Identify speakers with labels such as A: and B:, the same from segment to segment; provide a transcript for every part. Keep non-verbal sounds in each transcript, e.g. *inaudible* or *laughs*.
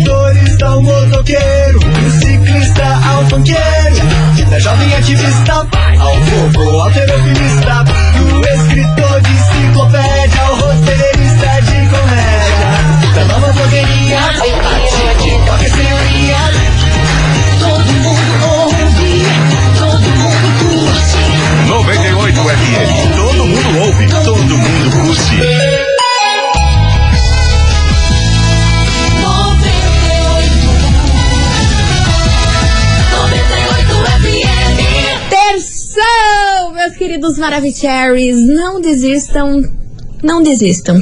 A: é
B: dos Maravicheries, não desistam.
C: *laughs*
B: Não desistam.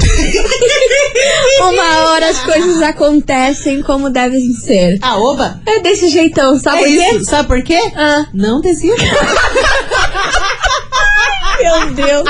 B: Uma hora as coisas acontecem como devem ser.
C: Ah, oba!
B: É desse jeitão, sabe
C: É
B: por quê?
C: isso. Sabe por quê?
B: Ah.
C: Não desista.
B: *laughs* Meu Deus.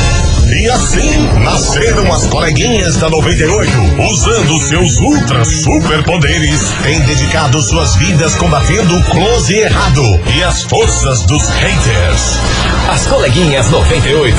D: E assim nasceram as coleguinhas da 98, usando seus ultra superpoderes, têm dedicado suas vidas combatendo o close e errado e as forças dos haters.
E: As coleguinhas 98.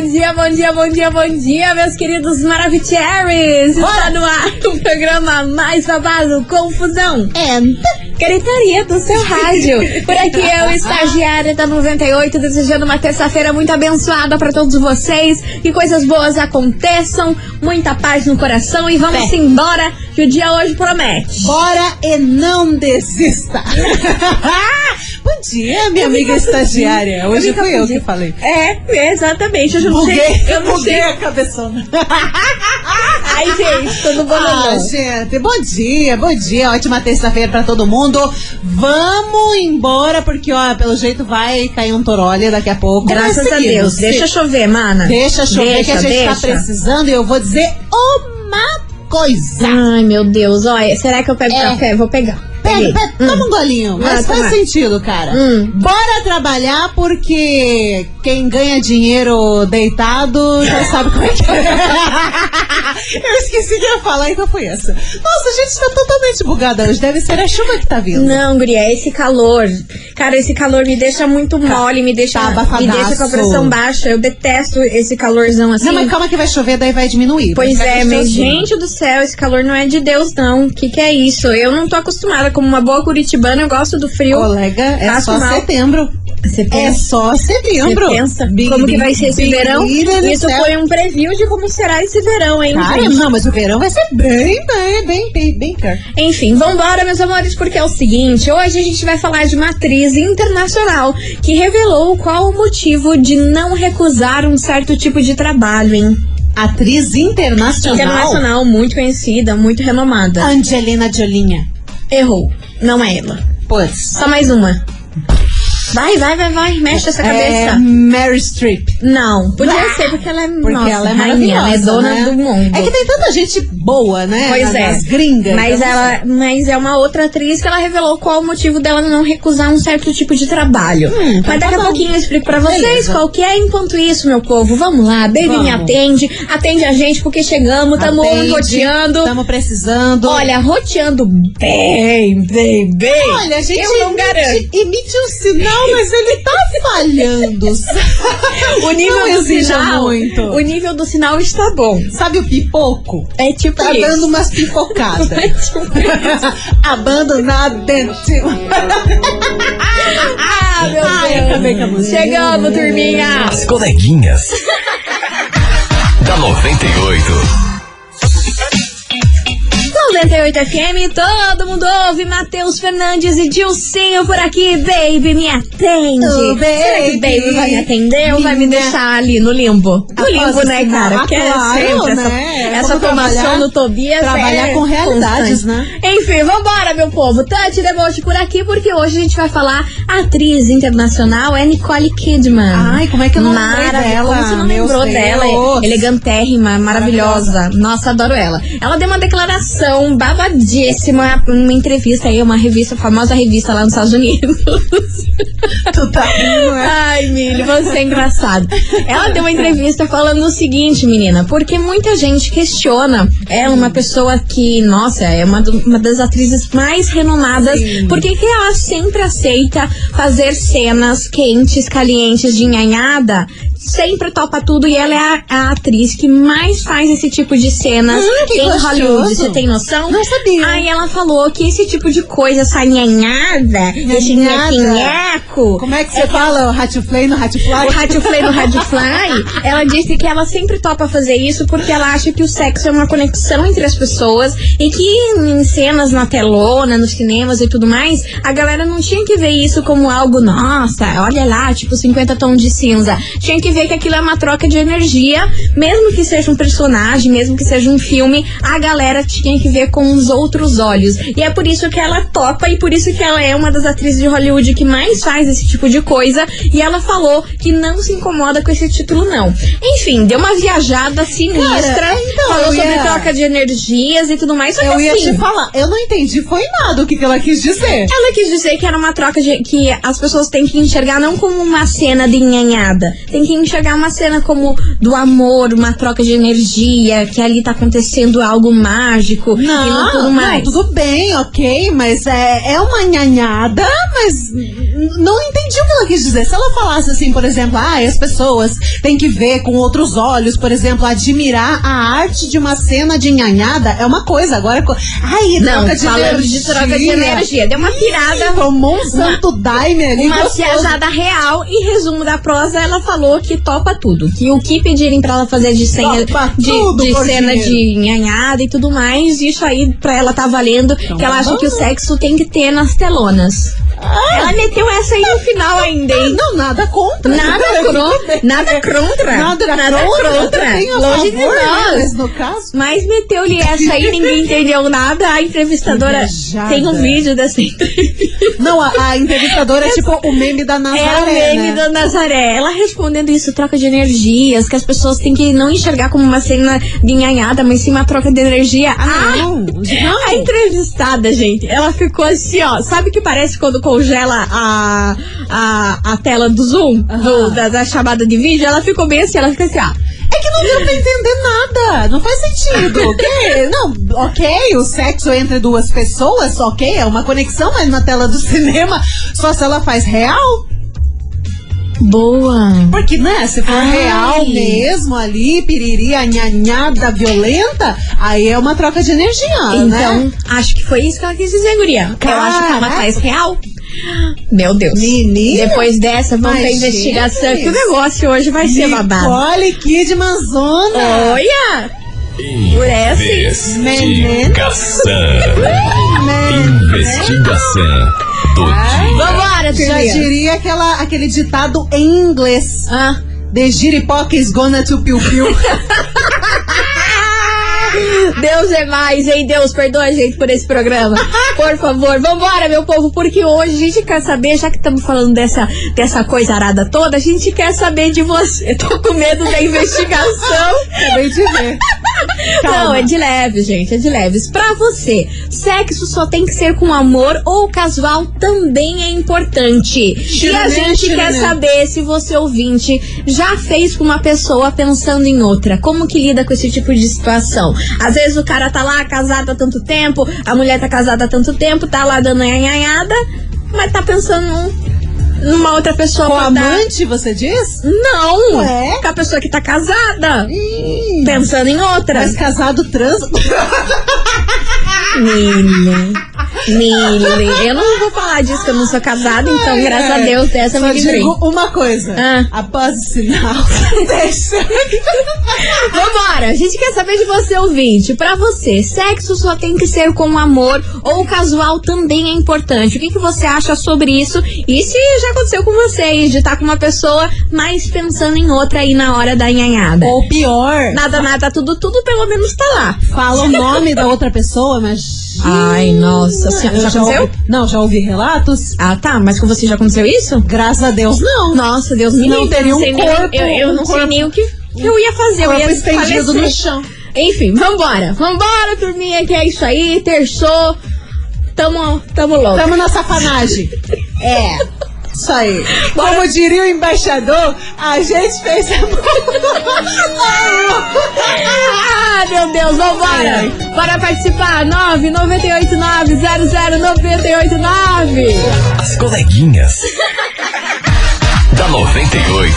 B: Bom dia, bom dia, bom dia, bom dia, meus queridos Maravicheries! Está no ar o programa mais babado, Confusão and Gritaria do seu rádio. Por aqui *laughs* eu, estagiária da 98, desejando uma terça-feira muito abençoada para todos vocês, que coisas boas aconteçam, muita paz no coração e vamos
C: Fé.
B: embora, que o dia hoje promete.
C: Bora e não desista. *laughs* Bom dia, minha amiga estagiária. Hoje
B: me
C: fui eu
B: confundi.
C: que falei.
B: É, exatamente, hoje eu não
C: Buguei,
B: sei, eu não
C: buguei
B: sei.
C: a cabeçona.
B: Ai, gente, tô no
C: Ah,
B: bololão.
C: gente, bom dia, bom dia. Ótima terça-feira pra todo mundo. Vamos embora, porque, ó, pelo jeito vai cair um torolha daqui a pouco. Mas
B: Graças a
C: seguimos.
B: Deus.
C: Se-
B: Deixa chover, mana.
C: deixa chover que a gente tá
B: deixa.
C: precisando e eu vou dizer uma coisa.
B: Ai, meu Deus. Olha, será que eu pego
C: É.
B: café? Vou pegar.
C: Pega,
B: Peguei.
C: pega, toma um golinho. Mas
B: Ah,
C: faz
B: toma.
C: sentido, cara.
B: Hum.
C: Bora trabalhar porque quem ganha dinheiro deitado já sabe como é que é. Eu esqueci que ia falar, então foi essa. Nossa, a gente tá totalmente bugada hoje. Deve ser a chuva que tá vindo.
B: Não, guria, é esse calor. Cara, esse calor me deixa muito mole, me deixa,
C: tá
B: me
C: abafadaço.
B: deixa com a pressão baixa. Eu detesto esse calorzão assim.
C: Não, mas calma que vai chover, daí vai diminuir.
B: Pois
C: Vai ficar
B: é,
C: gostosinho.
B: mas gente do céu, esse calor não é de Deus, não. O que, que é isso? Eu não tô acostumada. Como uma boa curitibana, eu gosto do frio.
C: Colega, é
B: Faço
C: só
B: mal.
C: setembro.
B: Você
C: É
B: pensa,
C: só
B: você
C: setembro.
B: pensa
C: Big,
B: como que
C: big,
B: vai ser esse
C: big,
B: verão?
C: big,
B: Isso
C: céu.
B: foi um preview de como será esse verão, hein,
C: Cara, é
B: gente?
C: não, mas o verão vai ser bem, bem, bem, bem, bem pior.
B: Enfim, vambora, meus amores, porque é o seguinte: hoje a gente vai falar de uma atriz internacional que revelou qual o motivo de não recusar um certo tipo de trabalho, hein?
C: Atriz internacional.
B: Internacional, muito conhecida, muito renomada.
C: Ah. Angelina Jolinha.
B: Errou. Não é ela.
C: Pois.
B: Só mais uma. Vai, vai, vai, vai. Mexe essa
C: É
B: cabeça.
C: Mary Streep.
B: Não, podia ser porque ela é,
C: Porque
B: nossa,
C: ela é
B: rainha,
C: maravilhosa.
B: ela é dona
C: né?
B: do mundo.
C: É que tem tanta gente boa, né?
B: Pois
C: nas,
B: é.
C: Nas gringas.
B: Mas
C: Então,
B: ela, mas é uma outra atriz que ela revelou qual o motivo dela não recusar um certo tipo de trabalho.
C: Hum, então
B: mas daqui
C: tá
B: a
C: bom.
B: pouquinho eu explico pra vocês
C: Beleza.
B: qual que é. Enquanto isso, meu povo, vamos lá, baby me
C: Vamos.
B: atende, atende a gente porque chegamos, tamo
C: atende,
B: roteando.
C: Tamo precisando.
B: Olha, roteando bem, bem, bem.
C: Olha, a gente
B: eu não
C: emite,
B: garanto.
C: emite um sinal, mas ele tá *laughs* falhando. sabe?
B: O nível
C: não
B: do
C: exija
B: sinal,
C: muito.
B: o nível do sinal está bom.
C: Sabe o pipoco?
B: É tipo
C: Tá
B: isso.
C: dando umas pipocadas. *laughs*
B: É tipo
C: Abandonadente.
B: *laughs* Ah, meu
C: Ai, eu acabei com a
B: Deus.
C: música.
B: Chegamos, turminha.
E: As coleguinhas. da 98.
B: 98 FM, todo mundo ouve. Matheus Fernandes e Dilcinho por aqui. Baby, me atende.
C: Ô, Oh, baby.
B: Será que Baby vai me atender ou vai me
C: Minha.
B: deixar ali no limbo? No
C: Após
B: limbo,
C: o
B: né,
C: sinal,
B: cara? Porque
C: claro,
B: é sempre
C: né? É
B: essa, essa
C: como
B: formação
C: trabalhar-
B: no Tobias.
C: trabalhar
B: é
C: com realidades, né?
B: Enfim, vambora, meu povo. Tante Deboche por aqui, porque hoje a gente vai falar a atriz internacional é Nicole Kidman.
C: Ai, como é que eu não lembrei
B: Maravilhosa.
C: dela?
B: Como você não
C: Meu
B: lembrou
C: Deus.
B: dela? Elegantérrima, maravilhosa. Nossa, adoro ela. Ela deu uma declaração babadíssima numa entrevista aí, uma revista, famosa revista lá nos Estados Unidos. *laughs*
C: Tu tá rindo, é?
B: Ai, Milho, você é engraçado. Ela deu uma entrevista falando o seguinte, menina, porque muita gente questiona ela, uma pessoa que, nossa, é uma, do- uma das atrizes mais renomadas, por que que ela sempre aceita fazer cenas quentes, calientes, de nhanhada? Sempre topa tudo e ela é a, a atriz que mais faz esse tipo de cenas
C: Hum, que
B: em
C: gostoso.
B: Hollywood. Você tem noção? produção.
C: Não sabia.
B: Aí ela falou que esse tipo de coisa, essa nhanhada, esse
C: Nhanhada.
B: nhequinheco,
C: Como é que você fala o Ratiflay no Ratifly?
B: o Radifly no Radifly, ela disse que ela sempre topa fazer isso porque ela acha que o sexo é uma conexão entre as pessoas e que em cenas na telona, nos cinemas e tudo mais, a galera não tinha que ver isso como algo, nossa, olha lá, tipo 50 tons de cinza. Tinha que ver que aquilo é uma troca de energia, mesmo que seja um personagem, mesmo que seja um filme, a galera tinha que ver com os outros olhos. E é por isso que ela topa e por isso que ela é uma das atrizes de Hollywood que mais faz esse tipo de coisa. E ela falou que não se incomoda com esse título, não. Enfim, deu uma viajada sinistra.
C: Cara, então,
B: falou
C: eu
B: sobre
C: ia-
B: troca de energias e tudo mais. Só que
C: Eu ia
B: assim,
C: te falar, eu não entendi, foi nada o que, que ela quis dizer.
B: ela quis dizer que era uma troca de, que as pessoas têm que enxergar não como uma cena de nhanhada. Tem que enxergar uma cena como do amor, uma troca de energia, que ali tá acontecendo algo mágico e não assim, tudo mais.
C: não, tudo bem, ok, mas é, é uma nhanhada, mas n- não entendi o que ela quis dizer. Se ela falasse assim, por exemplo, ah, as pessoas têm que ver com outros olhos, por exemplo, admirar a arte de uma cena de nhanhada, é uma coisa. Agora, co- ai,
B: Não,
C: troca de
B: falando
C: energia.
B: de troca de energia. Deu uma pirada.
C: Tomou um santo daime ali.
B: Uma
C: gostoso.
B: viajada é real e resumo da prosa, ela falou que topa tudo. Que o que pedirem pra ela fazer de cena
C: Topa
B: de,
C: tudo
B: de
C: por
B: cena
C: dinheiro. Então
B: de nhanhada e tudo mais, isso aí pra ela tá valendo. que ela acha que o sexo tem que ter nas telonas. Ela meteu essa aí no final ainda, hein?
C: Ah, Não, nada contra.
B: Nada
C: *laughs*
B: contra. Nada contra.
C: Nada, contra. Eu tenho a
B: Longe de
C: favor, né,
B: nós.
C: Mas no caso.
B: Mas meteu-lhe essa aí, ninguém entendeu nada. A entrevistadora
C: Viajada.
B: tem um vídeo dessa entrevista.
C: Não, a, a entrevistadora é tipo o meme da Nazaré.
B: É o meme
C: né?
B: da Nazaré. Ela respondendo isso, troca de energias, que as pessoas têm que não enxergar como uma cena guinhanhada, mas sim uma troca de energia.
C: Ah, não, não.
B: A entrevistada, gente, ela ficou assim, ó. Sabe que parece quando congela a, a, a tela do Zoom, do- da, da chamada de vídeo? Ela ficou bem assim, ela fica assim, ó.
C: É que não deu pra entender nada. Não faz sentido. *laughs* O quê? não, ok, o sexo entre duas pessoas, ok, é uma conexão, mas na tela do *laughs* cinema, só se ela faz real.
B: Boa.
C: Porque, né, se for
B: Ai.
C: real mesmo ali, piriri, anhanhada, violenta, aí é uma troca de energia,
B: Então,
C: né?
B: acho que foi isso que ela quis dizer, Guria. Eu acho que ela
C: Caraca.
B: faz real. Meu Deus.
C: Menina.
B: Depois dessa, vamos ter
C: Imagina
B: investigação. Que o
C: isso.
B: negócio hoje vai ser babado.
C: Nicole Kidman Zona.
B: Olha! Por essa, hein?
C: né?
E: Investigação do dia.
B: Vambora,
C: Já
B: Guria.
C: diria aquela, aquele ditado em inglês.
B: Ah,
C: The giripoca is gonna to piu
B: *laughs*
C: piu.
B: Deus é mais, hein? Deus, perdoa a gente por esse
C: *laughs*
B: programa. Por favor, vambora, meu povo, porque hoje a gente quer saber, já que estamos falando dessa, dessa coisa arada toda, a gente quer saber de você. Eu tô com medo da *laughs* investigação.
C: Acabei de ver.
B: Não, é de leve, gente, é de leves. Pra você, sexo só tem que ser com amor ou casual também é importante. e a
C: Tira, né,
B: gente
C: tira,
B: quer
C: né?
B: saber se você ouvinte já fez com uma pessoa pensando em outra. Como que lida com esse tipo de situação? Às vezes o cara tá lá casado há tanto tempo, a mulher tá casada há tanto tempo, tá lá dando nhanhada, mas tá pensando num- numa outra pessoa
C: Com
B: pra dar-
C: amante, você diz?
B: Não!
C: Ué?
B: Com a pessoa que tá casada. Pensando em outra.
C: Mas casado trans.
B: Mili. Mili. Eu não vou falar disso, que eu não sou casada, então,
C: Ai,
B: graças a
C: ai.
B: Deus, dessa eu
C: Só
B: me livrei.
C: digo uma coisa.
B: Ah.
C: Após o sinal. *laughs* Deixa.
B: Vambora! A gente quer saber de você, ouvinte. Pra você, sexo só tem que ser com amor ou casual também é importante. O que, que você acha sobre isso? E se já aconteceu com você aí, de estar com uma pessoa, mas pensando em outra aí na hora da nhanhada?
C: Ou pior,
B: Nada, nada, tudo, tudo pelo menos tá lá.
C: fala o nome da outra pessoa, mas.
B: Ai, nossa senhora,
C: Eu
B: Hum, já aconteceu?
C: ouvi- Não, já ouvi relatos.
B: Ah, tá, mas com você já aconteceu isso?
C: Graças a Deus, não.
B: Nossa, Deus me
C: Não
B: livre,
C: teria
B: eu
C: um
B: sei
C: corpo,
B: nem, eu, eu
C: um
B: não sei
C: corpo-
B: nem o que, que eu ia fazer. Eu
C: Corpo
B: ia
C: estendido
B: falecer.
C: no chão.
B: Enfim, vambora. Vambora, turminha, que é isso aí. Terçou. Tamo, tamo logo.
C: Tamo na safanagem. é. Isso aí. Como diria o embaixador, a gente fez a
B: Ah, meu Deus, vambora.
C: Ai,
B: Bora participar. 998900989.
E: As coleguinhas da 98.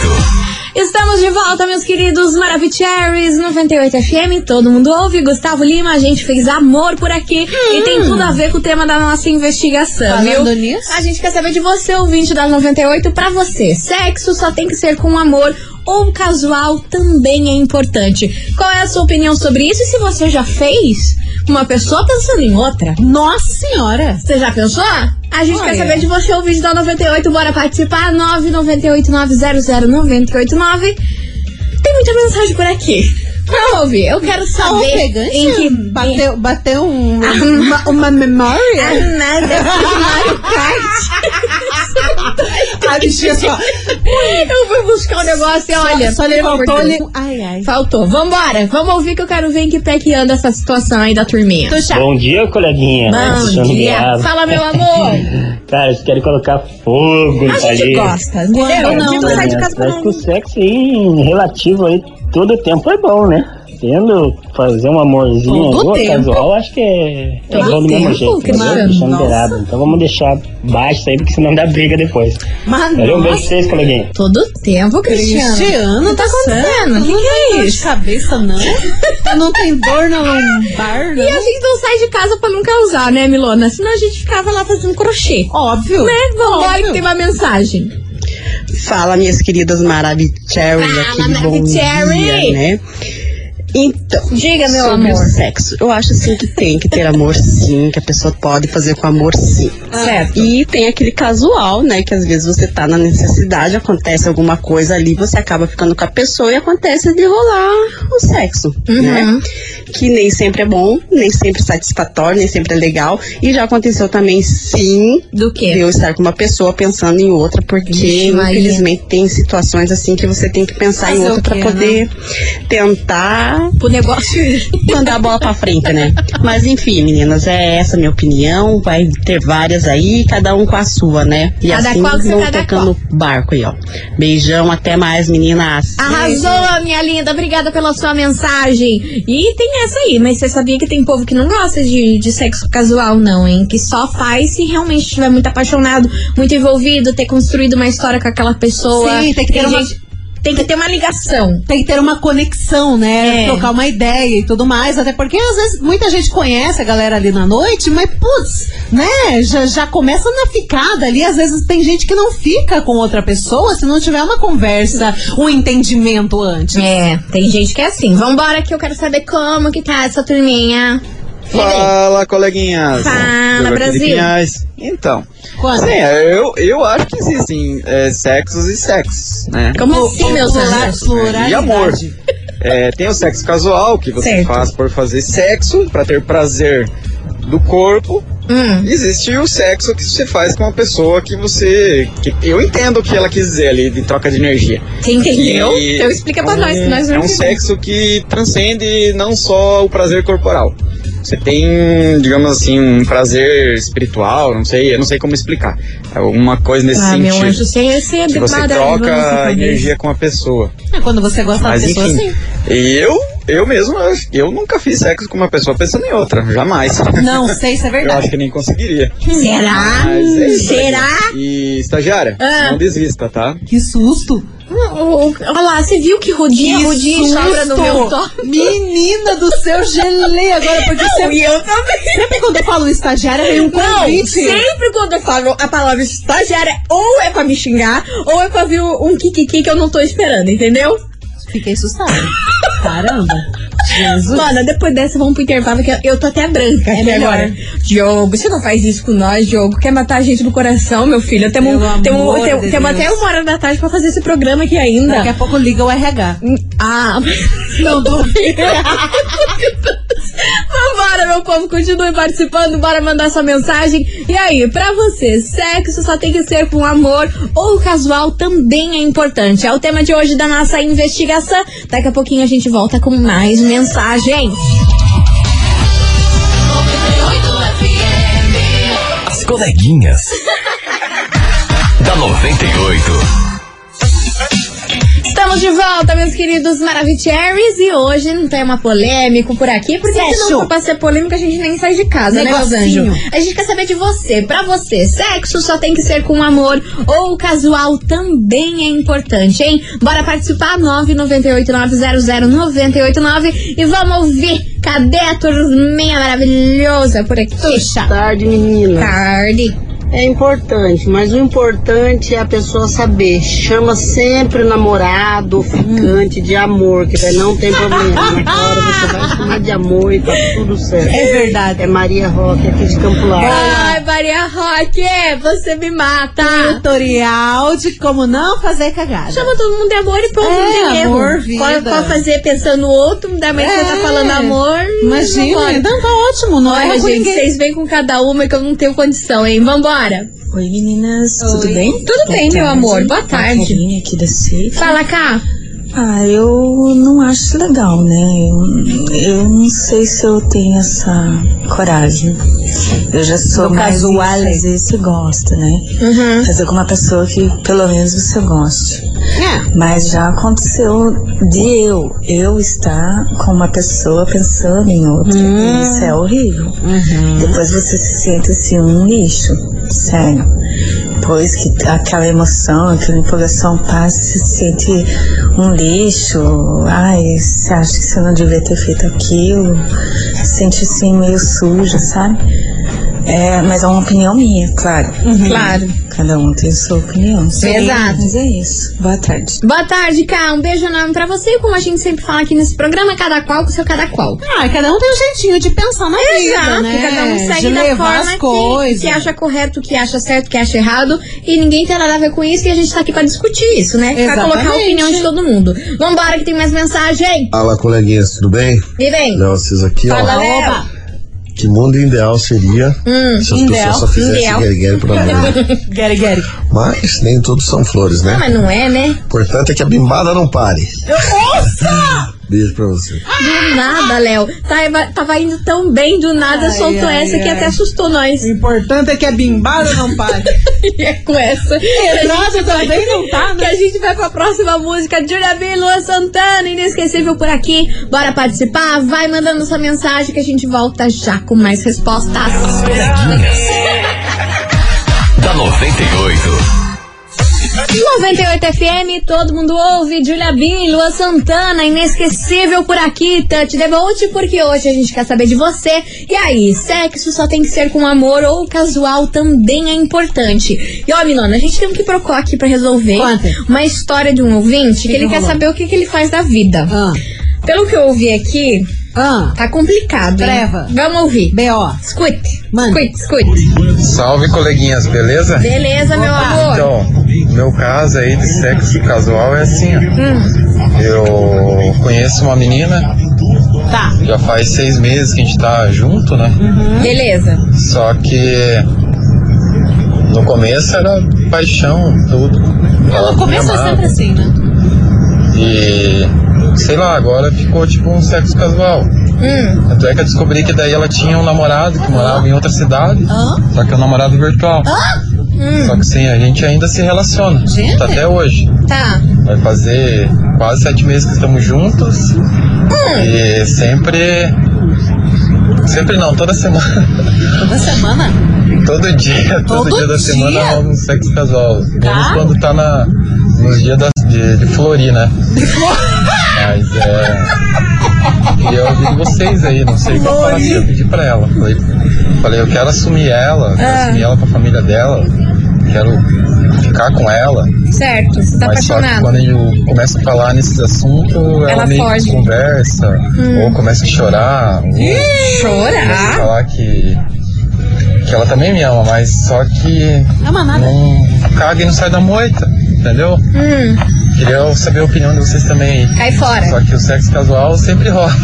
B: Estamos de volta, meus queridos Maravicheries 98 FM. Todo mundo ouve. Gustavo Lima, a gente fez amor por aqui. E tem
C: Hum.
B: tudo a ver com o tema da nossa investigação,
C: Falando
B: viu?
C: nisso.
B: A gente quer saber de você, ouvinte da 98, pra você. Sexo só tem que ser com amor ou casual também é importante. Qual é a sua opinião sobre isso? E se você já fez uma pessoa pensando em outra?
C: Nossa senhora!
B: Você já pensou? A gente
C: Olha.
B: quer saber de você, ouvinte da 98. Bora participar! 998-900-989. Tem muita mensagem por aqui. Pra ouvir, eu quero
C: Saber
B: saber em que...
C: Tá bateu, bateu um,
B: Ah,
C: uma, uma memória?
B: Ah, nada,
C: *laughs*
B: Mario Kart.
C: A bichinha só,
B: Eu fui buscar o negócio e olha...
C: só
B: pelo amor de
C: levantou
B: Deus.
C: ali. Ai, ai.
B: Faltou. Vambora, vamos ouvir que eu quero ver em que pé que anda essa situação aí da turminha.
C: Tô chato.
F: Bom dia, coleguinha.
B: Bom
F: Alexandre
B: dia.
F: Grava.
B: Fala, meu amor.
F: Cara, eu quero colocar fogo
B: A
F: no
B: gente
F: palheiro.
B: gosta, entendeu?
C: não,
B: Tipo,
C: né?
B: sai de casa
F: É. Mas
B: com
F: que o sexo aí, relativo aí, todo tempo é bom, né? Tendo fazer um amorzinho
C: Todo
F: ou
C: tempo.
F: casual, acho que é, é
B: Todo
F: bom do
B: tempo,
F: mesmo jeito.
B: Cristiano,
F: entendeu? Deixando
B: nossa.
F: beirado. Então vamos deixar baixo isso aí, porque senão dá briga depois.
C: Mas,
F: Valeu, um beijo pra
C: nossa,
F: vocês, coleguinha.
B: Todo tempo, Cristiano.
C: Cristiano, tá
B: acontecendo?
C: certo.
B: Que
C: Não
B: que é
C: tem dor
B: isso?
C: de cabeça, não? não tem dor na lombar,
B: E a
C: não?
B: gente não sai de casa pra não causar, né, Milona? Senão a gente ficava lá fazendo crochê.
C: Óbvio.
B: Né? Vambora
C: Óbvio.
B: que tem uma mensagem.
G: Fala, minhas queridas Maravicherry.
B: Fala,
G: aquele bom
B: Maravicherry.
G: dia, né? Então,
B: Diga, É meu
G: sobre
B: amor.
G: o sexo, eu acho assim que tem que ter amor sim, que a pessoa pode fazer com amor sim.
B: Ah, Certo.
G: E tem aquele casual, né? Que às vezes você tá na necessidade, acontece alguma coisa ali, você acaba ficando com a pessoa e acontece de rolar o sexo,
B: Uhum.
G: né? Que nem sempre é bom, nem sempre é satisfatório, nem sempre é legal. E já aconteceu também, sim,
B: Do quê?
G: de eu estar com uma pessoa pensando em outra, porque
B: É. Vixe, Maria.
G: infelizmente tem situações assim que você tem que pensar
C: Fazer
G: em
C: o
G: outra pra
C: quê,
G: poder tentar
B: O negócio.
G: *laughs* mandar a bola pra frente, né? Mas enfim, meninas, é essa a minha opinião. Vai ter várias aí, cada um com a sua, né? E
B: Cada
G: assim
B: qual Ah. que você
G: vão
B: cada
G: tocando o barco aí, ó. Beijão, até mais, meninas.
B: Arrasou, minha linda. Obrigada pela sua mensagem. E tem essa aí, mas você sabia que tem povo que não gosta de, de sexo casual, não, hein? Que só faz se realmente estiver muito apaixonado, muito envolvido, ter construído uma história com aquela pessoa.
C: Sim, tem que ter uma-
B: gente- Tem que ter uma ligação.
C: tem que ter uma conexão, né?
B: É.
C: Trocar uma ideia e tudo mais. Até porque às vezes muita gente conhece a galera ali na noite, mas putz, né? Já, já começa na ficada ali. Às vezes tem gente que não fica com outra pessoa se não tiver uma conversa, um entendimento antes.
B: É, tem gente que é assim. Vambora que eu quero saber como que tá essa turminha.
A: Fala, coleguinhas.
B: Fala,
A: Diogo aqui de
B: Brasil.
A: Pinhais. Então,
C: Quando?
A: assim, eu, eu acho que existem é, sexos e sexos, né?
B: Como assim, meus
C: Plura-
B: anjos?
C: pluralidade.
A: E amor. É, tem o sexo casual, que você
B: Certo.
A: faz por fazer sexo, pra ter prazer do corpo.
B: Hum,
A: E existe o sexo que você faz com uma pessoa que você... Que eu entendo o que ela quis dizer ali, de troca de energia.
B: você entendeu?
A: E-
B: Então explica pra
A: é um-
B: nós que nós
A: É um
B: vamos entender.
A: sexo que transcende não só o prazer corporal. Você tem, digamos assim, um prazer espiritual, não sei, eu não sei como explicar. É uma coisa nesse
B: Ah, meu
A: sentido.
B: anjo, você recebe
A: que você
B: madalha, vamos
A: troca
B: fazer
A: energia com a pessoa.
C: É quando você gosta da
A: Mas
C: pessoa,
A: enfim,
C: sim.
A: eu, eu mesmo, eu, eu nunca fiz sexo com uma pessoa pensando em outra, jamais. *laughs*
C: Não sei se é
A: Eu
C: verdade.
A: acho que nem conseguiria.
B: Será?
A: Mas é isso,
B: Será?
A: né? E estagiária,
B: Ah.
A: não desista, tá?
C: Que susto!
B: Ô, ô, Olha lá, você viu que rodinha,
C: é. que
B: rodinha sobra no meu top.
C: Menina do céu, gelei agora, porque sempre,
B: E eu também.
C: sempre quando eu falo estagiária, vem um
B: Não,
C: convite.
B: sempre quando eu falo a palavra estagiária, ou é pra me xingar, ou é pra vir um kikiki que eu não tô esperando, entendeu?
C: Fiquei assustada. Caramba. Jesus.
B: Mano, depois dessa vamos pro intervalo que eu- eu tô até branca aqui
C: melhor.
B: agora. Diogo, você não faz isso com nós, Diogo. Quer matar a gente do coração, meu filho. Temos um,
C: Pelo
B: temos-
C: amor
B: tem-
C: de
B: temos
C: Deus.
B: até uma hora da tarde pra fazer esse programa aqui ainda.
C: Daqui a pouco liga o RH.
B: Ah,
C: Não duvido.
B: Vambora, meu povo, continue participando, bora mandar sua mensagem. E aí, pra você, sexo só tem que ser com amor ou casual também é importante. É o tema de hoje da nossa investigação. Daqui a pouquinho a gente volta com mais mensagens.
E: As coleguinhas. da 98.
B: Estamos Estamos de volta, meus queridos Maravicheries, e hoje não tem uma polêmico por aqui, porque se não
C: Sexo.
B: for pra ser polêmica, a gente nem sai de casa, né,
C: Negocinho.
B: meus anjos? A gente quer saber de você. Pra você, sexo só tem que ser com amor ou casual também é importante, hein? Bora participar, 998900989 e vamos ouvir. Cadê a turminha maravilhosa por aqui? Boa
G: Tarde, menina.
B: Tarde.
G: É importante, mas o importante é a pessoa saber. Chama sempre o namorado, o ficante de amor, que daí não tem problema. Agora você vai chamar de amor e tá tudo certo.
C: É verdade.
G: É Maria Roque aqui de Campo Largo.
B: Ai, Maria Roque, você me mata.
C: Tutorial de como não fazer cagada.
B: Chama todo mundo de amor e pronto,
C: É,
B: não tem erro.
C: amor, vida.
B: Pode, pode fazer pensando no outro, ainda mais que você tá
C: É.
B: falando amor.
C: Imagina,
B: vambora.
C: então tá ótimo, não é
B: Olha,
C: com
B: gente,
C: ninguém.
B: vocês vêm com cada uma que eu não tenho condição, hein? Vambora.
H: Oi meninas, tudo
B: Oi.
H: bem? Tá é
B: Tudo bem, meu amor. Boa tarde.
H: Carinha aqui da Seita.
B: Fala cá.
H: Ah, eu não acho legal, né? Eu, eu não sei se eu tenho essa coragem. Eu já sou
C: Do
H: mais em
C: casual.
H: fazer se gosta, né? Fazer com uma pessoa que pelo menos você goste.
C: É.
H: Mas já aconteceu de eu, eu estar com uma pessoa pensando em outra. E Isso é horrível. Depois você se sente assim um lixo, sério. Depois que aquela emoção, aquela empolgação passa, você se sente um lixo. Ai, você acha que você não devia ter feito aquilo. Se sente assim meio sujo, sabe? É, mas é uma opinião minha, claro.
B: Uhum. Claro.
H: Cada um tem sua opinião.
B: Exato.
H: Mas é isso. Boa tarde.
B: Boa tarde, Cá. Um beijo enorme pra você. Como a gente sempre fala aqui nesse programa, cada qual com seu cada qual.
C: Ah, cada um tem um jeitinho de pensar na vida,
B: Exato,
C: né?
B: cada um segue
C: de
B: da
C: levar as
B: forma que,
C: coisas.
B: que acha correto, que acha certo, que acha errado. E ninguém tem nada a ver com isso e a gente tá aqui pra discutir isso, né? Pra
C: Exatamente.
B: colocar a opinião de todo mundo. Vambora que tem mais mensagem.
I: Fala, coleguinhas, tudo bem?
B: Me vem.
I: Léo, vocês aqui, ó.
B: Fala, Léo.
C: Oba.
I: Que mundo ideal seria
B: Hum,
I: se as pessoas só
B: ideal.
I: fizessem guerreiro pra mim.
C: Gary, Gary.
I: Mas nem todos são flores,
B: Ah,
I: né?
B: mas não é, né?
I: O importante é que a bimbada não pare. Beijo pra você.
B: Do nada, Léo. Tava, tava indo tão bem, do nada soltou
C: ai,
B: essa que
C: ai.
B: até assustou nós. *laughs*
C: O importante é que a bimbada não pare. *laughs*
B: E é com essa.
C: Pedrada também não tá,
B: Que
C: né?
B: a gente vai pra próxima música. Julia B, Luan Santana, inesquecível por aqui. Bora participar? Vai mandando sua mensagem que a gente volta já com mais respostas.
E: Da 98.
B: 98 FM, todo mundo ouve. Julia B, Luan Santana, inesquecível por aqui. Touch the boat, porque hoje a gente quer saber de você. E aí, sexo só tem que ser com amor ou casual também é importante. E ó, Milona, a gente tem um que procó aqui pra resolver.
C: Conta.
B: Uma história de um ouvinte que, ele quer
C: rolou?
B: saber o que, que ele faz da vida.
C: Ah,
B: Pelo que eu ouvi aqui,
C: ah,
B: tá complicado. hein?
C: Treva.
B: Vamos ouvir.
C: B.O.
B: Escute.
C: Manda.
B: Escute, escute.
A: Salve, coleguinhas, beleza?
B: Beleza, meu amor.
A: Então, meu caso aí de sexo casual é assim, ó.
C: Hum.
A: Eu conheço uma menina,
C: Tá.
A: já faz seis meses que a gente tá junto, né?
C: Então,
B: Beleza.
A: Só que no começo era paixão, tudo. Ela
C: No
A: me
C: começo é
A: amava.
C: sempre assim, né?
A: E sei lá, agora ficou tipo um sexo casual.
C: Hum.
A: Tanto é que eu descobri que daí ela tinha um namorado que morava em outra cidade, só que é um namorado virtual. Só que sim, a gente ainda se relaciona.
C: Gente.
A: Tá até hoje.
B: Tá.
A: Vai fazer quase sete meses que estamos juntos. E sempre. Sempre não, toda semana.
C: Toda semana.
A: Todo dia, *laughs* todo,
C: Todo
A: dia da
C: dia?
A: semana rola um sexo casual. Menos
C: Tá.
A: quando tá na, nos dias da- de, de florir, né? Mas é. Queria ouvir de vocês aí, não sei qual falar assim, eu pedi pra ela. Falei, falei, eu quero assumir ela, quero assumir ela com a família dela, quero ficar com ela.
B: Certo. Você tá
A: Mas só que
B: apaixonado.
A: quando eu começo a falar nesses assuntos, ela,
B: Ela
A: meio
B: foge.
A: que conversa, ou começa a chorar, ou começa a
B: Chorar?
A: falar que, que ela também me ama, mas só que
C: Não ama nada.
A: não caga e não sai da moita, entendeu?
B: Hum.
A: Queria saber a opinião de vocês também aí.
B: Cai fora.
A: Só que o sexo casual sempre rola.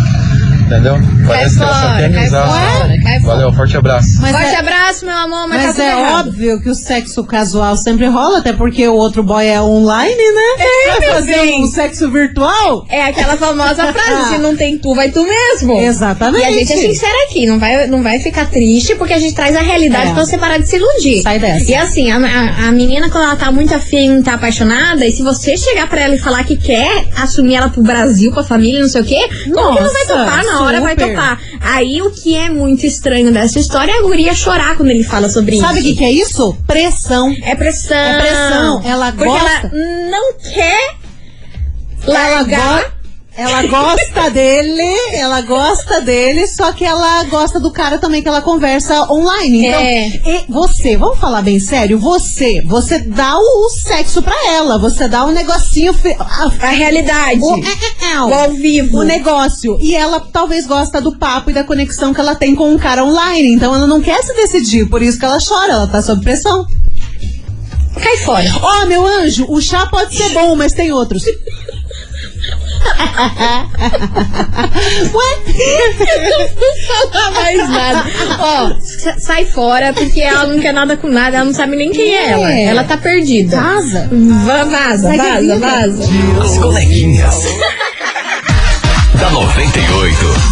A: entendeu? Parece que ela só quer
B: fora, cai
A: amizade.
B: fora, cai fora.
A: Valeu, forte abraço.
C: Mas
B: Forte
C: é-
B: abraço, meu amor, mas,
C: Mas
B: tá tudo
C: é
B: errado.
C: óbvio que o sexo casual sempre rola, até porque o outro boy é online, né?
B: É,
C: Vai
B: meu
C: fazer
B: bem.
C: um sexo virtual?
B: É aquela famosa
C: *laughs*
B: frase, se não tem tu, vai tu mesmo.
C: Exatamente.
B: E a gente é sincera aqui, não vai, não vai ficar triste, porque a gente traz a realidade
C: É.
B: pra você parar de se iludir.
C: Sai dessa.
B: E assim, a, a- a menina, quando ela tá muito afim, tá apaixonada, e se você chegar pra ela e falar que quer assumir ela pro Brasil, pra família, não sei o quê, como que não vai
C: Nossa,
B: topar? Na hora vai
C: super.
B: topar. Aí o que é muito estranho dessa história é a guria chorar quando ele fala sobre isso.
C: Sabe o que, que é isso? Pressão.
B: É pressão.
C: É pressão. Ela
B: Porque
C: gosta.
B: ela não quer
C: Ela,
B: largar.
C: go- ela gosta dele, ela gosta dele, só que ela gosta do cara também que ela conversa online. Então,
B: É.
C: e você, vamos falar bem sério, você, você dá o, o sexo pra ela, você dá um negocinho. Fi, a,
B: A realidade.
C: o, é, é, é,
B: O ao vivo.
C: o negócio. E ela talvez gosta do papo e da conexão que ela tem com o cara online. Então ela não quer se decidir, por isso que ela chora, ela tá sob pressão.
B: Cai fora.
C: Ó, meu anjo, o chá pode ser bom, mas tem outros. *laughs*
B: falar mais nada. Ó, sa- sai fora, porque ela não quer nada com nada, ela não sabe nem quem é, ela. Ela tá perdida.
C: Vaza.
B: Va- vaza,
C: Segue
B: vaza,
C: a vida.
B: vaza.
E: As
C: *laughs*
E: coleguinhas. da 98.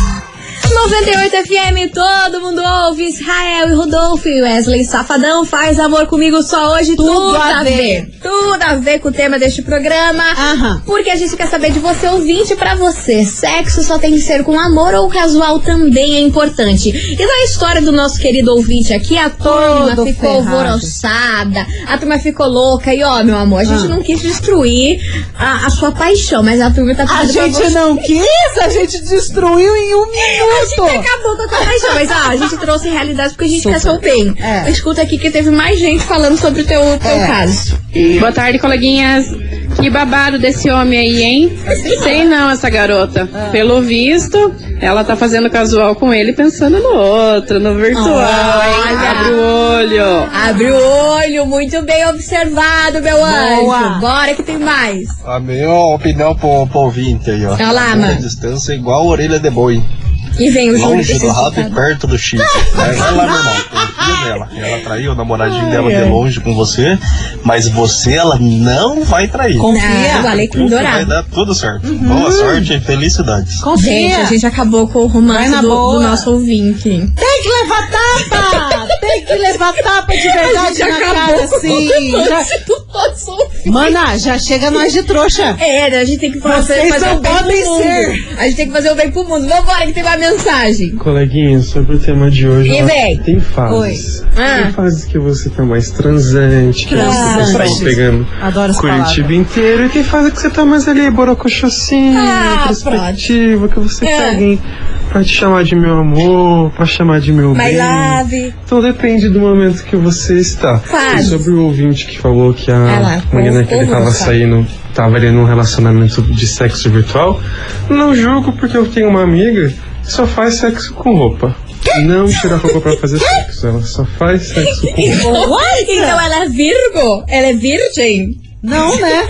B: 98 FM, todo mundo ouve. Israel e Rodolfo e Wesley Safadão faz amor comigo só hoje. Tudo, a ver. Tudo a ver com o tema deste programa.
C: Aham.
B: Porque a gente quer saber de você, ouvinte, pra você. Sexo só tem que ser com amor ou casual também é importante. E da história do nosso querido ouvinte aqui, a turma
C: Todo
B: ficou
C: ferrado.
B: alvoroçada, a turma ficou louca. E ó, meu amor, a gente
C: Ah.
B: não quis destruir a, a sua paixão, mas a turma tá
C: A
B: pedindo pra
C: gente
B: você.
C: não quis, a gente destruiu em um
B: A gente
C: minuto.
B: acabou com a tua paixão, mas ó, a gente trouxe realidade porque a gente
C: Super.
B: quer seu bem.
C: É.
B: Escuta aqui que teve mais gente falando sobre o teu, teu
C: É.
B: caso.
J: Boa tarde, coleguinhas. Que babado desse homem aí, hein? Sei não, essa garota.
B: Ah.
J: Pelo visto, ela tá fazendo casual com ele pensando no outro, no
B: Ah.
J: virtual, hein?
B: Olha.
J: Abre o olho.
B: Abre o olho, muito bem observado, meu anjo. Bora que tem mais.
A: A minha opinião pro, pro ouvinte aí, ó.
B: Olha lá,
A: Longa
B: mano.
A: distância é igual a orelha de boi.
B: E vem o Júlio.
A: Longe do rabo e perto do chifre. É, vai lá, meu irmão. Confia nela. Ela traiu o namoradinho dela de longe com você, mas você, ela não vai trair.
B: Não, falei com
A: Vai
B: dourado.
A: dar Tá tudo certo.
B: Uhum.
A: Boa sorte e felicidades.
B: Gente, a
C: Confia.
B: gente acabou com o
C: Vai
B: romance
C: na
B: do, do
C: boa.
B: nosso ouvinte.
C: Tem que levar tapa! Tem que levar *laughs* tapa de verdade na cara, assim. Já-
B: do nosso ouvinte.
C: Mana, já chega nós de trouxa.
B: É, né, a gente tem que fazer,
C: Vocês
B: fazer
C: não
B: o bem pro
C: podem
B: mundo.
C: ser.
B: A gente tem que fazer o bem pro mundo. Vambora que tem uma mensagem.
K: Coleguinha, sobre o tema de hoje,
B: E
K: eu acho
B: vem.
K: que tem fases.
B: Ah.
K: Tem fases que você tá mais transante, que você tá
C: Transante.
K: só pegando
C: Ah, Adoro essa
K: Curitiba inteiro, e tem fase que você tá mais ali, borocochocinho,
B: Ah,
K: perspectiva, que você
B: É.
K: quer alguém pra te chamar de meu amor, pra chamar de meu
B: My
K: bem.
B: love.
K: Então depende do momento que você está.
B: Fase.
K: E sobre o ouvinte que falou que
B: Vai Ah, lá,
K: a
B: vamos-
K: menina que ele
B: vamos
K: tava
B: avançar.
K: saindo tava ali num relacionamento de sexo virtual, não julgo porque eu tenho uma amiga que só faz sexo com roupa. Não tira a roupa pra fazer sexo, ela só faz sexo
B: *laughs*
K: com roupa.
B: Então ela é virgo? Ela é virgem?
C: Não, né?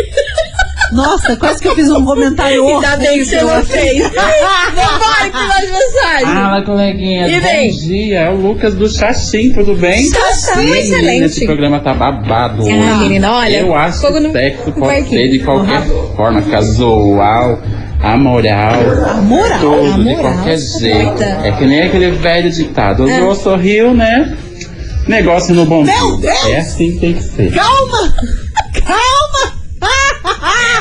C: Nossa, quase que eu fiz um comentário
K: tá
B: Ainda bem que você não fez. *laughs* Vambora que mais mensagem.
G: Ah,
K: Fala, coleguinha.
B: E vem.
K: Bom dia, é o Lucas do Chachim, tudo bem?
B: Chachim,
K: Então, Menina,
B: excelente.
K: Esse programa tá babado hoje.
B: Ah, menina, olha,
K: Eu acho
B: fogo
K: que
B: no-
K: o sexo
B: no
K: pode
B: parquinho.
K: ser de qualquer forma, casual, amoral,
C: Moral.
K: tudo, de
B: amoral,
K: qualquer
B: você tá Ah.
K: jeito.
B: doida.
K: É que nem aquele velho ditado, olhou, sorriu, né? Negócio no bom
C: Meu
K: dia.
C: Deus!
K: É assim que tem que ser.
C: Calma! Calma!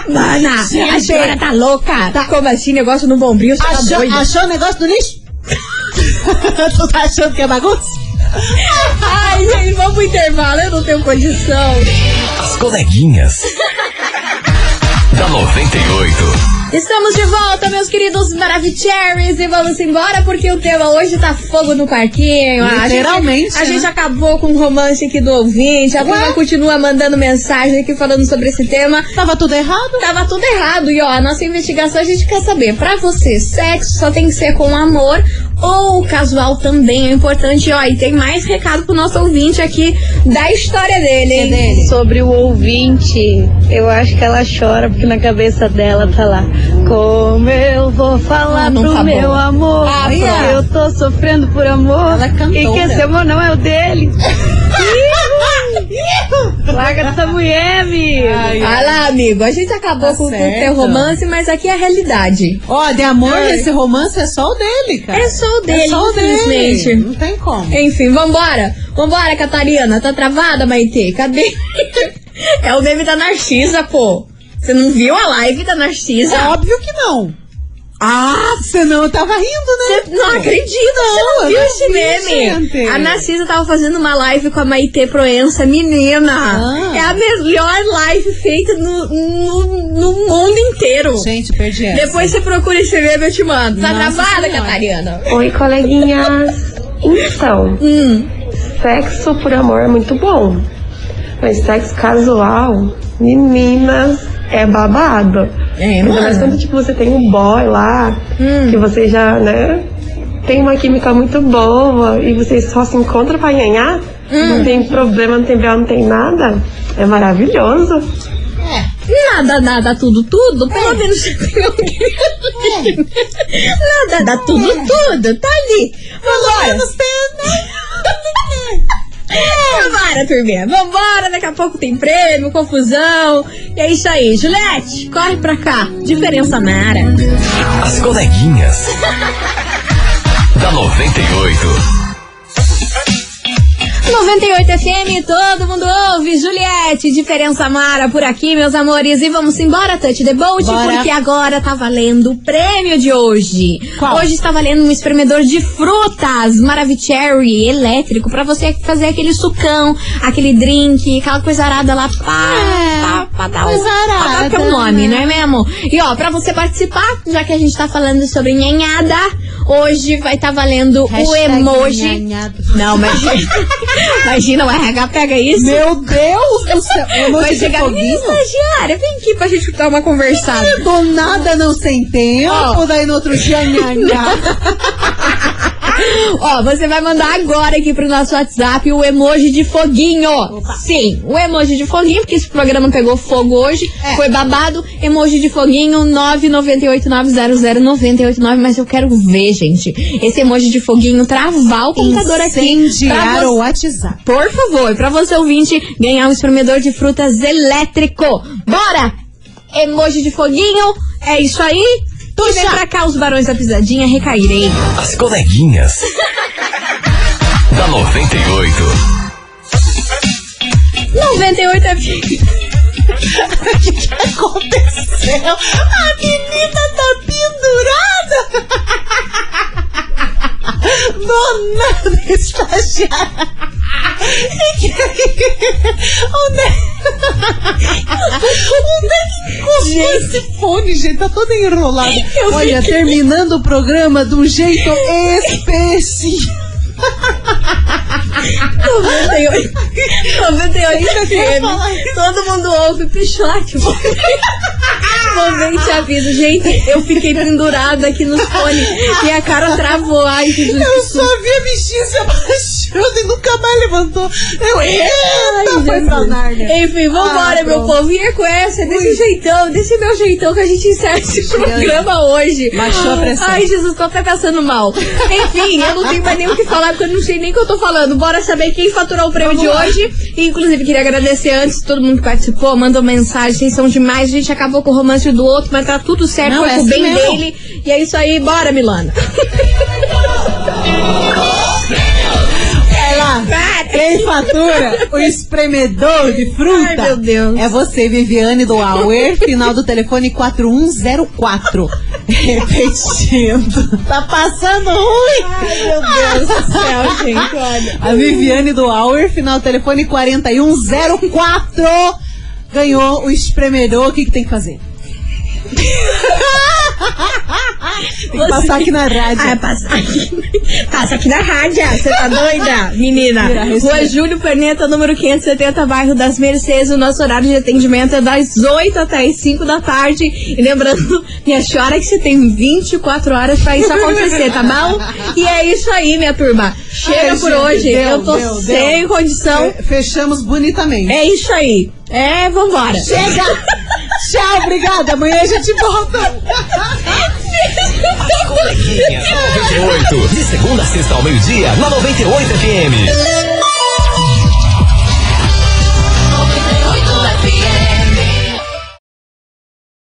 B: Mana, a senhora tá louca. Tá como assim? Negócio
K: um
B: no bombril, você tá
C: Achou,
B: doida.
C: achou o negócio do lixo? *laughs* tu tá achando que é bagunça?
B: Ai, gente, vamos pro intervalo, eu não tenho condição.
E: As coleguinhas. da 98.
B: Estamos de volta, meus queridos Maravicheries, e vamos embora porque o tema hoje tá fogo no parquinho. Ah, a gente-
C: Literalmente,
B: A gente,
C: né?
B: acabou com o romance aqui do ouvinte, a turma continua mandando mensagem aqui falando sobre esse tema.
C: Tava tudo errado?
B: Tava tudo errado. E ó, a nossa investigação a gente quer saber. Pra você, sexo só tem que ser com amor ou o casual também é importante? E, ó, e tem mais recado pro nosso ouvinte aqui da história dele, hein?
G: Sobre o ouvinte, eu acho que ela chora porque na cabeça dela tá lá.
L: Como eu vou falar pro
B: tá é
L: meu
B: boa.
L: amor?
B: Ah,
L: que
B: Bia.
L: eu tô sofrendo por amor. e que esse amor não é o dele.
C: *laughs*
L: Ihu! Larga essa mulher, amigo.
B: Olha lá, amigo, a gente acabou
C: Tá
B: com com o teu romance, mas aqui é a realidade.
C: Ó, de amor,
B: Ai.
C: esse romance é só o dele, cara.
B: É só o dele,
C: É só o dele.
B: infelizmente.
C: Não tem como.
B: Enfim, vambora. Vambora, Catarina. Tá travada, Maitê? Cadê? *laughs* é o meme da Narcisa, pô. Você não viu a live da Narcisa?
C: É óbvio que não. Ah, senão eu tava rindo, né?
B: Você não acredita, você não
C: eu
B: viu esse
C: vi,
B: meme?
C: gente.
B: A Narcisa tava fazendo uma live com a Maitê Proença,
C: Ah.
B: menina. É a melhor live feita no, no, no mundo inteiro.
C: Gente, perdi essa.
B: Depois você procura esse meme, eu te mando. Tá travada, Catarina?
M: Oi, coleguinhas. Então, sexo por amor é muito bom, mas sexo casual, menina, é babado.
B: É, Hum.
M: Ainda mais
B: mano.
M: quando tipo, você tem um boy lá, que você já, né, tem uma química muito boa e você só se encontra pra ganhar,
B: Hum.
M: não tem problema, não tem BO, não tem nada. É maravilhoso.
B: É. Nada, nada, tudo, tudo. Pelo menos tem um alguém ali. Nada, dá tudo, tudo. Tá ali. Vambora. *laughs* Vambora, turminha. Vambora. Daqui a pouco tem prêmio, confusão. E é isso aí. Juliette, corre pra cá. Diferença Nara.
E: As coleguinhas. da 98.
B: 98 FM, todo mundo ouve. Juliette, diferença Mara por aqui, meus amores. E vamos embora, Touch the Bolt,
N: Bora.
B: porque agora tá valendo o prêmio de hoje.
N: Qual?
B: Hoje está valendo um espremedor de frutas Maravicherry elétrico pra você fazer aquele sucão, aquele drink, aquela coisa arada lá. Pá, pá, pá, dá
N: É, coisa
B: um- pá, dá
N: arada,
B: teu nome,
N: né?
B: não é mesmo? E ó, pra você participar, já que a gente tá falando sobre nhanhada, hoje vai estar valendo o
N: Hashtag
B: emoji.
N: nhanhado.
C: *laughs*
B: Não, mas. Imagina, o RH pega isso.
C: Meu Deus do céu. Emoji
B: Vai
C: de
B: chegar
C: foguinho?
B: "Menina estagiária, vem aqui pra gente dar uma conversada.
C: Eu do nada não sem tempo, daí no outro dia nha, *laughs* nha.
B: Ó, você vai mandar agora aqui pro nosso WhatsApp o emoji de foguinho. Sim, o emoji de foguinho, porque esse programa pegou fogo hoje,
C: É.
B: foi babado. Emoji de foguinho 998900989, mas eu quero ver, gente, esse emoji de foguinho travar o computador aqui.
C: Incendiar
B: pra você-
C: o WhatsApp.
B: Por favor, pra você ouvinte ganhar um espremedor de frutas elétrico. Bora! Emoji de foguinho, é isso aí. Tu vem pra cá os barões da pisadinha recaírem.
E: As coleguinhas. da 98.
B: 98 é. *laughs* O que, que aconteceu? A menina tá pendurada! *laughs*
C: Dona estagiária. E
B: é
C: que- Onde é Onde é que encostou esse fone, gente? Tá todo *laughs* enrolado.
N: Eu
C: Olha,
N: fiquei-
C: terminando o programa de um *laughs* jeito especial.
B: 98 98 FM. Todo mundo ouve o pichote. Momente aviso, gente. Eu fiquei pendurada aqui nos fones. Minha cara travou. Ai, que Jesus.
C: Eu só vi a bichinha se abaixando e nunca mais levantou. Eu, eita, foi pra Nárnia.
B: Enfim, vambora,
C: Ah,
B: meu
C: pronto.
B: povo. E é com essa, desse jeitão, desse meu jeitão que a gente encerra esse programa hoje.
C: Baixou a pressão.
B: Ai, Jesus, tô até passando mal. Enfim, eu não tenho mais nem o que falar, porque eu não sei nem o que eu tô falando. Bora saber quem faturou o prêmio
N: Vamos
B: de
N: lá.
B: hoje. E, inclusive, queria agradecer antes todo mundo que participou, mandou mensagem, vocês são demais. A gente acabou com o romance do outro, mas tá tudo certo,
N: Não,
B: foi
N: é
B: pro
N: assim
B: bem
N: mesmo.
B: dele. E é isso aí, bora, Milana.
C: Ela,
B: *laughs*
C: quem fatura o espremedor de fruta? Ai, meu Deus. É você, Viviane do Auer, final do telefone 4104. *laughs* Repetindo. Tá passando ruim. Ai,
B: meu Deus do céu,
C: *laughs*
B: gente, olha.
C: A Viviane do Auer, final do telefone 4104, ganhou o espremedor. O que, que tem que fazer? *laughs* Tem que passar aqui na rádio.
B: Ah, passa aqui. *laughs* Passa aqui na rádio, você tá doida? Menina,
N: Vira, respira.
B: Rua Júlio Perneta, número 570, bairro das Mercedes. O nosso horário de atendimento é das 8 até as 5 da tarde. E lembrando, *laughs* minha senhora, que você tem 24 horas pra isso acontecer, tá bom? E é isso aí, minha turma. Chega
C: Ai,
B: por
C: gente,
B: hoje.
C: deu,
B: Eu tô
C: deu, deu.
B: sem condição.
C: Fe- Fechamos bonitamente.
B: É isso aí. É, vambora.
C: Chega! Tchau, obrigada. Amanhã a gente volta.
E: As coleguinhas da 98. De segunda a sexta ao meio-dia, na 98 FM.